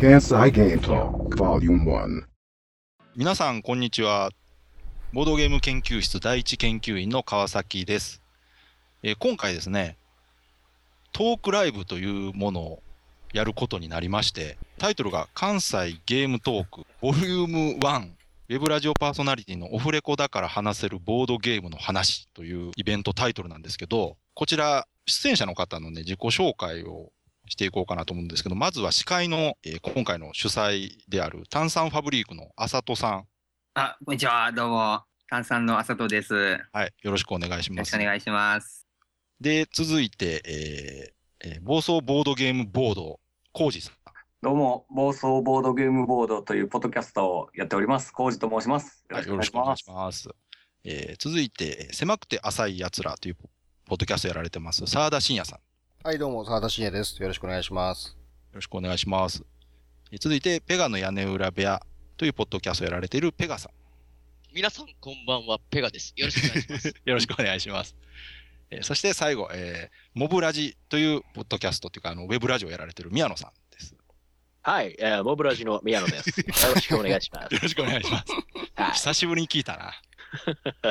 Kansai Game Talk Volume 1. 皆さんこんにちはボードゲーム研究室第一研究員の川崎です、えー今回ですねトークライブというものをやることになりましてタイトルが「関西ゲームトークボリューム1ウェブラジオパーソナリティのオフレコだから話せるボードゲームの話」というイベントタイトルなんですけどこちら出演者の方のね自己紹介をしていこうかなと思うんですけどまずは司会の、えー今回の主催である炭酸ファブリークのあさとさんあ、こんにちは。どうも。炭酸の朝とです。よはい、よろしくお願いしまろしすくお。願いします。で、続いて、えーえー暴走ボードゲームボード、コージさん。どうも、暴走ボードゲームボードというポッドキャストをやっております。コウジと申します。はい、よろしくお願いします。えー続いて、えー狭くて浅いやつらというポポッドキャストやられてます、澤田信也さん。よはい、どうも、澤田信也です。よろしくお願いします。ろしくお願いします。えー続いて、ペガの屋根裏部屋というポッドキャストやられているペガさん。皆さんこんばんは、ペガです。よろしくお願いします。 よろしくお願いします。えーそして最後、えーモブラジというポッドキャストというか、あのウェブラジオをやられている宮野さんです。はい、えー、モブラジの宮野です。よろしくお願いしますよ。ろしくお願いします。はい、久しぶりに聞いたな。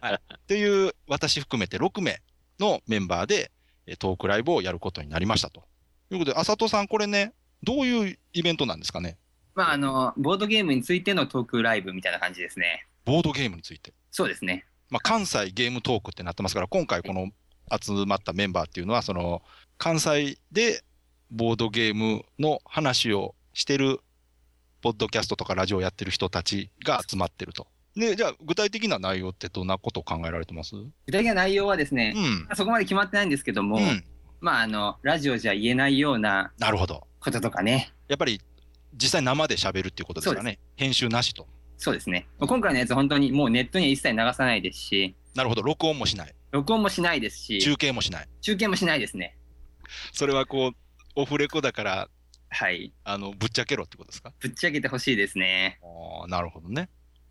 はい、という私含めて6名のメンバーでえートークライブをやることになりましたと。ということで、あさとさん、これね、どういうイベントなんですかねまあ、あの、ボードゲームについてのトークライブみたいな感じですね。ボードゲームについて。そうですね。まあ、関西ゲームトークってなってますから、今回この集まったメンバーっていうのは、その関西でボードゲームの話をしてる、ポッドキャストとかラジオやってる人たちが集まってると。で、じゃあ、具体的な内容ってどんなことを考えられてますうん。具体的な内容はですね、そこまで決まってないんですけども、うん。まあ、あの、ラジオじゃ言えないようななるほど。こととかね。やっぱり実際生で喋るっていうことですからね。編集なしと。そうですね。まあ今回のやつ本当にもうネットには一切流さないですし、なるほど。録音もしない。録音もしないですし、中継もしない。中継もしないですね。それはこう、オフレコだから、はい。あの、ぶっちゃけろってことですかぶっちゃけてほしいですね。ああ、なるほどね。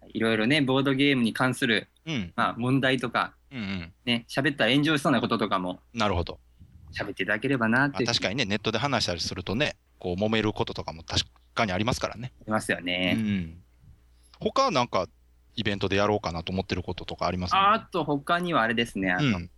いろいろね、ボードゲームに関する、うん。まあ、問題とか、うんうん。ね、喋ったら炎上しそうなこととかもなるほど。喋っていただければなっまてあ確かにね、ネットで話したりするとね、こう、揉めることとかも確かにありますからね。いますようね。ん。他なんか、イベントでやろうかなと思ってることとかありますあと他にはあれですね、あのうん。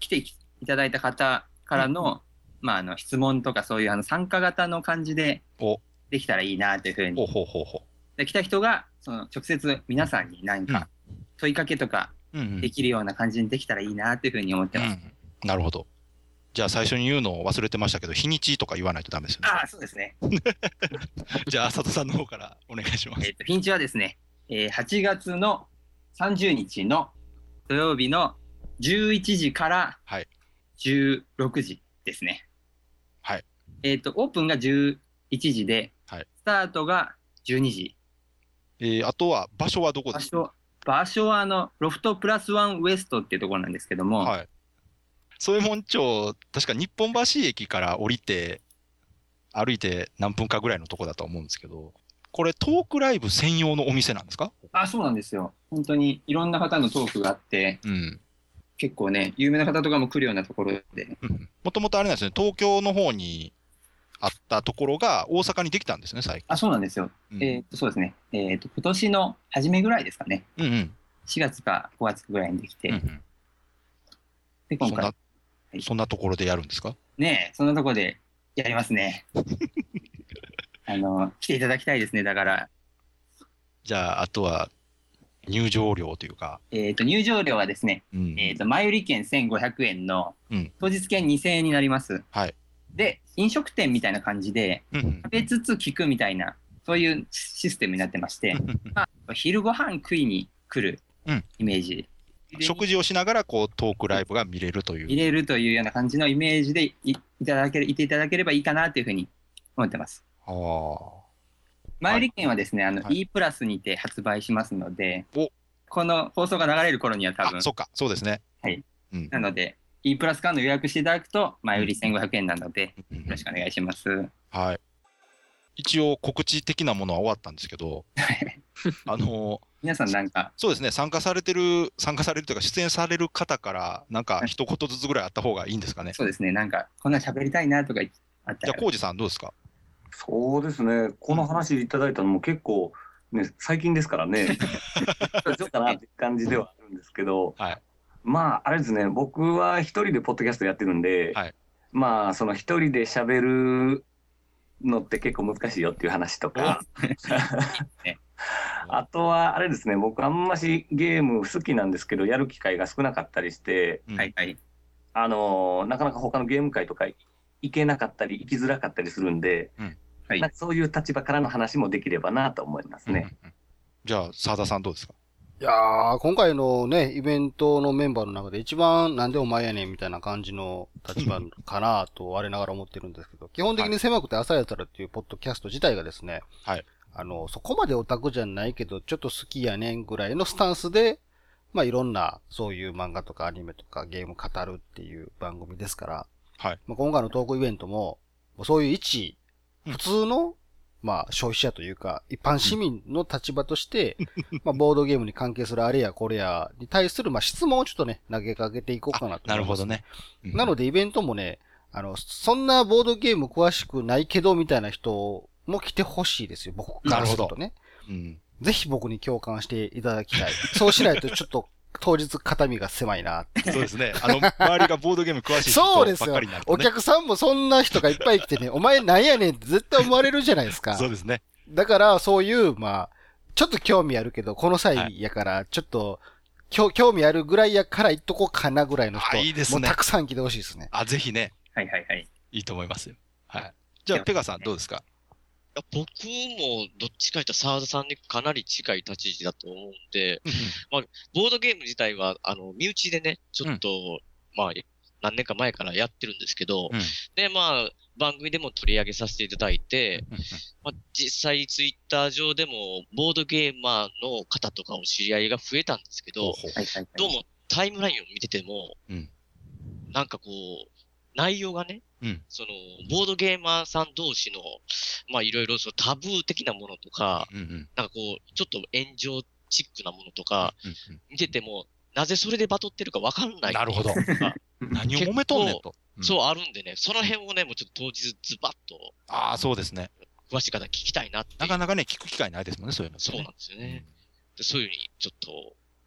来ていただいた方からの,、まあ、あの質問とかそういうあの参加型の感じでおできたらいいなというふうほうに。ほうほうほで来た人がその直接皆さんに何か問いかけとかう。うん、うん。できるような感じにできたらいいなというふうに思ってまうす。んなるほど。じゃあ最初に言うのを忘れてましたけど、日にちとか言わないとダメですよね。ああ、そうですね。じゃあ、浅田さんの方からお願いしますえ。っ、と、日にちはですね、えー8月の30日の土曜日の11時からはい16時ですね。はい。えっ、と、オープンが11時で、はいスタートが12時。えーあとは、場所はどこ場です所、場所はあの、ロフトプラスワンウエストっていうところなんですけども、はい。そういう門町、確か日本橋駅から降りて、歩いて何分かぐらいのとこだと思うんですけど、これトークライブ専用のお店なんですかあ、そうなんですよ。本当にいろんな方のトークがあって、うん。結構ね、有名な方とかも来るようなところで、もともとあれなんですね、東京の方にあったところが大阪にできたんですね、最あ、そうなんですよ。近。えっ、と、そうですね。えっ、と、今年の初めぐらいですかね。うんうん4月か5月ぐらいにできて、うんうん。でそ今ん回な、そんなところでやるんですかねえそんなとこでやりま すねあの来ていただきたいですねだから、じゃあ、あとは入場料というか、えー、と入場料はですね、うんえー、と前売り券1500円のうん当日券2000円になります、はいで飲食店みたいな感じでうんうん食べつつ聞くみたいなそういうシステムになってましてうんうん昼ご飯食いに来るうんイメージ、食事をしながらこうトークライブが見れるという入れるというような感じのイメージでいいただけるいていただければいいかなというふうに思ってますああ。前売り券はですね、あのはい E プラスにて発売しますのでお、この放送が流れる頃には多分あ、、そっか、そうですね。はい。うん。なので、E プラス間の予約していただくと、前売り1500円なので、ようんろしくお願いします。はい。一応告知的なものは終わったんですけ ど、あの、皆さんなんか、そうですね、参加されてる、参加されるというか、出演される方から、なんか一言ずつぐらいあった方がいいんですかね。そうですね、なんか、こんなん喋りたいなとかあったじゃらあ、、浩二さんどうですかそうですね。この話いただいたのも結構、ね、最近ですからね。ちょっとなっていう感じではあるんです けど、はいまあ、あれですね、僕は一人でポッドキャストやってるんで、はいまあ、その一人で喋るのって結構難しいよっていう話とか、 あとはあれですね、僕あんましゲーム好きなんですけど、やる機会が少なかったりして、うんはいはい。あのーなかなか他のゲーム会とか行けなかったり行きづらかったりするんで、うんはいなんかそういう立場からの話もできればなと思いますね。うんうんうんじゃあ、澤田さんどうですかいやー、今回のね、イベントのメンバーの中で一番なんでお前やねんみたいな感じの立場かなと我ながら思ってるんですけど、 基本的に狭くて朝やったらっていうポッドキャスト自体がですね、はい。あの、そこまでオタクじゃないけど、ちょっと好きやねんぐらいのスタンスで、まあいろんなそういう漫画とかアニメとかゲーム語るっていう番組ですから、はい。まあ、今回のトークイベントも、もうそういう一、うん普通の、まあ消費者というか、一般市民の立場 として、まあ、ボードゲームに関係するあれやこれやに対する、まあ、質問をちょっとね、投げかけていこうかなと思います。なるほど。ね。うんなので、イベントもね、あの、そんなボードゲーム詳しくないけど、みたいな人も来てほしいですよ。僕からするとね。うんぜひ僕に共感していただ きたい。そうしないと、ちょっと、当日、肩身が狭いな。そうですね。あの、周りがボードゲーム詳しい人そうばでっすよかりになるとおね。客さんもそんな人がいっぱい来てね、お前なんやねんって絶対思われるじゃないです か。そうですね。だから、そういう、まあ、ちょっと興味あるけど、このは際やから、ちょっと、きょ興味あるぐらいやから言っとこうかなぐらいの人、あいいですもねうたくさん来てほしいですね。あ、ぜひね、はいはいはい。いいと思いますよ。はい。じゃあ、ペガさんどうですかや僕もどっちか言ったら澤田さんにかなり近い立ち位置だと思うんで、ボードゲーム自体は、あの、身内でね、ちょっと、まあ、何年か前からやってるんですけど、うんで、まあ、番組でも取り上げさせていただいて、まあ、実際ツイッター上でも、ボードゲーマーの方とかお知り合いが増えたんですけど、はいはいはい。どうもタイムラインを見てても、うんなんかこう、内容がね、うんその、ボードゲーマーさん同士の、まあいろいろそのタブー的なものとか、うんうんなんかこう、ちょっと炎上チックなものとか、うんうん見てても、なぜそれでバトってるかわかんない。なるほど。あ何を揉めとんねんと。うん そうあるんでね、その辺をね、もうちょっと当日ズバッとああ、そうですね。詳しい方聞きたいなっていう。なかなかね、聞く機会ないですもんね、そういうのってそうね、なんですよね。でそういうふうにちょっと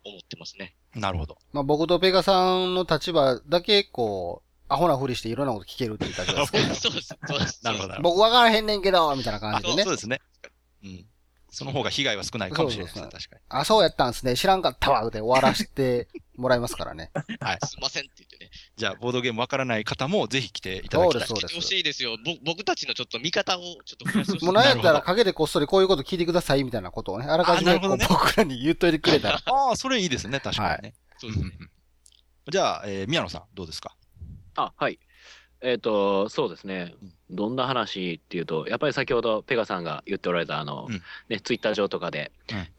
思ってますね。うんなるほど。まあ僕とペガさんの立場だけ、こう、アホなふりしていろんなこと聞けるっていう立場 ですけど、 そうです。そうです。なるほど。僕わからへんねんけど、みたいな感じあそでうね。ですね。うん。その方が被害は少ないかもしれないですね、そう確かに。あ、そうやったんすね。知らんかったわ、で終わらせてもらいま すからね。はい。すいませんって言ってね。じゃあ、ボードゲームわからない方も、ぜひ来ていただきたい。そうです欲しいですよ。ぼ僕たちのちょっと見方をちょっと増やしてほしいもうなんやったなるら陰でこっそりこういうこと聞いてください、みたいなことをね、あらかじあなめるほこどうね僕らに言っといてくれたら。 ああ、 それいいですね、確かにね。そうですうんねうんうんじゃあ、えー宮野さん、どうです かあ、はい。えっ、と、そうですね。どんな話っていうと、やっぱり先ほどペガさんが言っておられた、あの、うんね、ツイッター上とかで、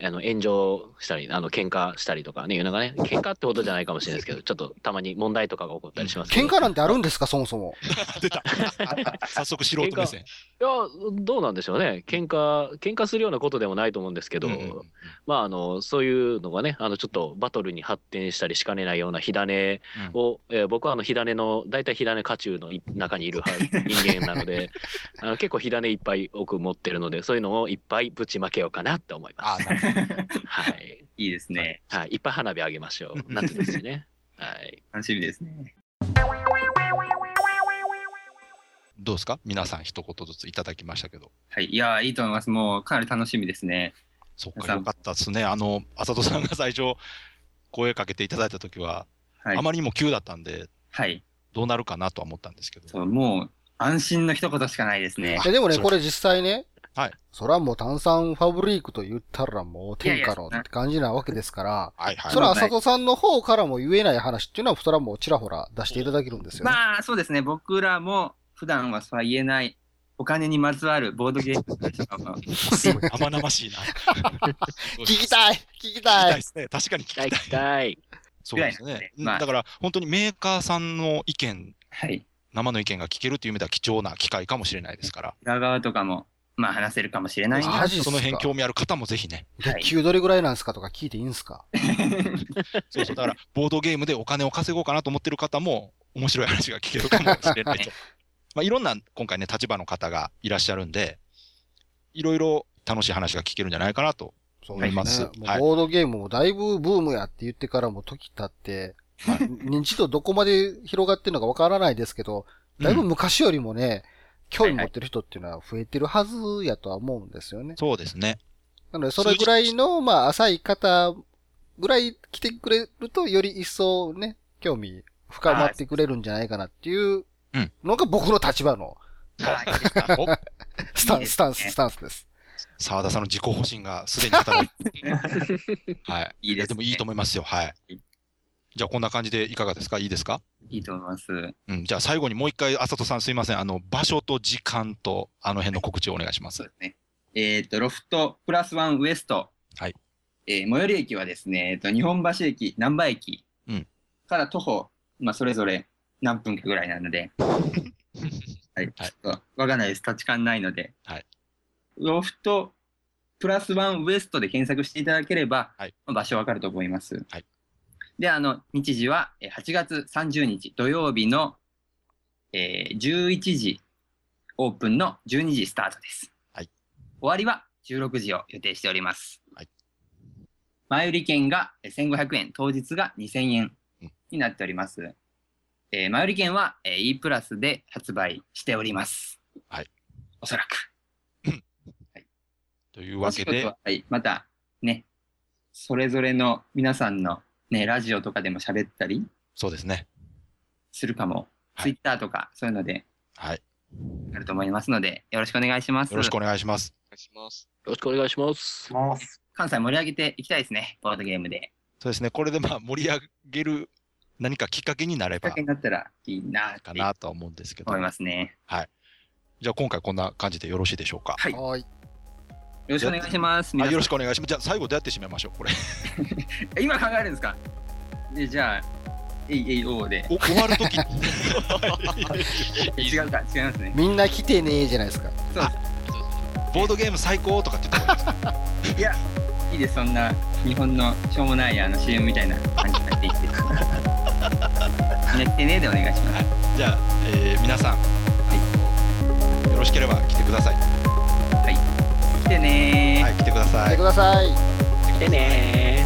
あの炎上したり、あの、喧嘩したりとかね、いうのがね、喧嘩ってことじゃないかもしれないですけど、ちょっとたまに問題とかが起こったりしますけど。喧嘩なんてあるんですか、そもそも。 出た。早速、素人目線。いや、どうなんでしょうね。喧嘩、喧嘩するようなことでもないと思うんですけど、うんうんうんまあ、あの、そういうのがね、あの、ちょっとバトルに発展したりしかねないような火種を、えー僕はあの火種の、大体火種家中のい中にいる 派人間なので、あの結構火種いっぱい奥持ってるので、そういうのをいっぱいぶちまけようかなって思いまあす。ーなるほどはい。いいですね。はい。いっぱい花火あげま しょう。夏ですしね。はい。楽しみですね。どうですか皆さん、一言ずついただきましたけど。はい。いやー、いいと思います。もうかなり楽しみですね。そっ皆か、さんよかったですね。あの、あさとさんが最初、声かけていただいたときは、はい。あまりにも急だったんで、はい。どうなるかなとは思ったんですけど。そう、もう安心の一言しかないですねい。やでもね、そうこれ実際ね、はいそらもう炭酸ファブリークと言ったらもう天下のいやいやって感じなわけですから、はいはい。そら浅戸さんの方からも言えない話っていうのは、そらもうちらほら出していただけるんですよね。 まあ、そうですね。僕らも普段はそうは言えない、お金にまつわるボードゲームの話もすごい生々 しいな。聞聞きたい聞ききたたいでいすね。確かに聞きた 行い。きたい。そうですぐらいなんでねね。うんまあだから、本当にメーカーさんの意見、はい。生の意見が聞けるという意味では貴重な機会かもしれないですから、裏側とかも、まあ話せるかもしれないな。マジっすかその辺興味ある方もぜひね。はい。急どれぐらいなんですかとか聞いていいんですかそうそう。だから、ボードゲームでお金を稼ごうかなと思ってる方も、面白い話が聞けるかもしれないと。まあ、いろんな今回ね、立場の方がいらっしゃるんで、いろいろ楽しい話が聞けるんじゃないかなと。そう思いますもうはいボードゲームもだいぶブームやって言ってからも時経って、認知度どこまで広がってるのかわからないですけど、だいぶうん昔よりもね、興味持ってる人っていうのは増えてるはずやとは思うんですよね。そうですね。なので、それぐらいの、まあ、浅い方ぐらい来てくれると、より一層ね、興味深まってくれるんじゃないかなっていううんのが僕の立場のはいおスタいいンでス、すスタンス、スタンスです。澤田さんの自己保身がすでに働い てはい。 いいですねでもいいと思いますよ。はい。じゃあこんな感じでいかがですかいいですかいいと思います。うん。じゃあ最後にもう一回、あさとさんすいません。あの、場所と時間と、あの辺の告知をお願いしまそうすで。すね。えっ、と、ロフトプラスワンウエスト。はい。えー最寄り駅はですね、えっ、と、日本橋駅、難波駅うんから徒歩、まあ、それぞれ何分かぐらいな ので、はい、ちょっとわかんないです。立ち感ないので、はい。ロフトプラスワンウエストで検索していただければ、はいまあ場所わかると思います。はい。で、あの、日時はえー8月30日土曜日の、えー11時オープンの12時スタートです。はい終わりは16時を予定しております。はい前売り券がえー1500円、当日が2000円うんになっております。えー前売り券はえー E プラスで発売しております。はい。おそらく。というわけで、はい、またね、それぞれの皆さんのね、ラジオとかでも喋ったりそうですね。するかも、はいツイッターとかそういうのではい。あると思いますので、よろしくお願いします。よろしくお願いします。願いします。ろしくお願いします。ます。関西盛り上げていきたいですね、ボードゲームで。そうですね。これでまあ盛り上げる何かきっかけになれきっばかけになったらいいなってかなとは思うんですけど思い。ますね。じゃあ今回こんな感じでよろしいでしょうか。はい。よはい。ろしくお願いします。あ皆よさんろしくお願いします。じゃあ最後どうやって締めましょうこれ。今考えるんですかでじゃあ、えいえいおうで。お終わるときに。違うか、違いますね。みんな来てねーじゃないですか。ボードゲーム最高とかって言った方がいいいいです、そんな日本のしょうもないあの CM みたいな感じになっていって。みんな来てねでお願いします。ですかじゃあ、えー皆さん、あのよろしければ来てください。来てねー。はい、来てくださ来いてく。ださい。来てねー。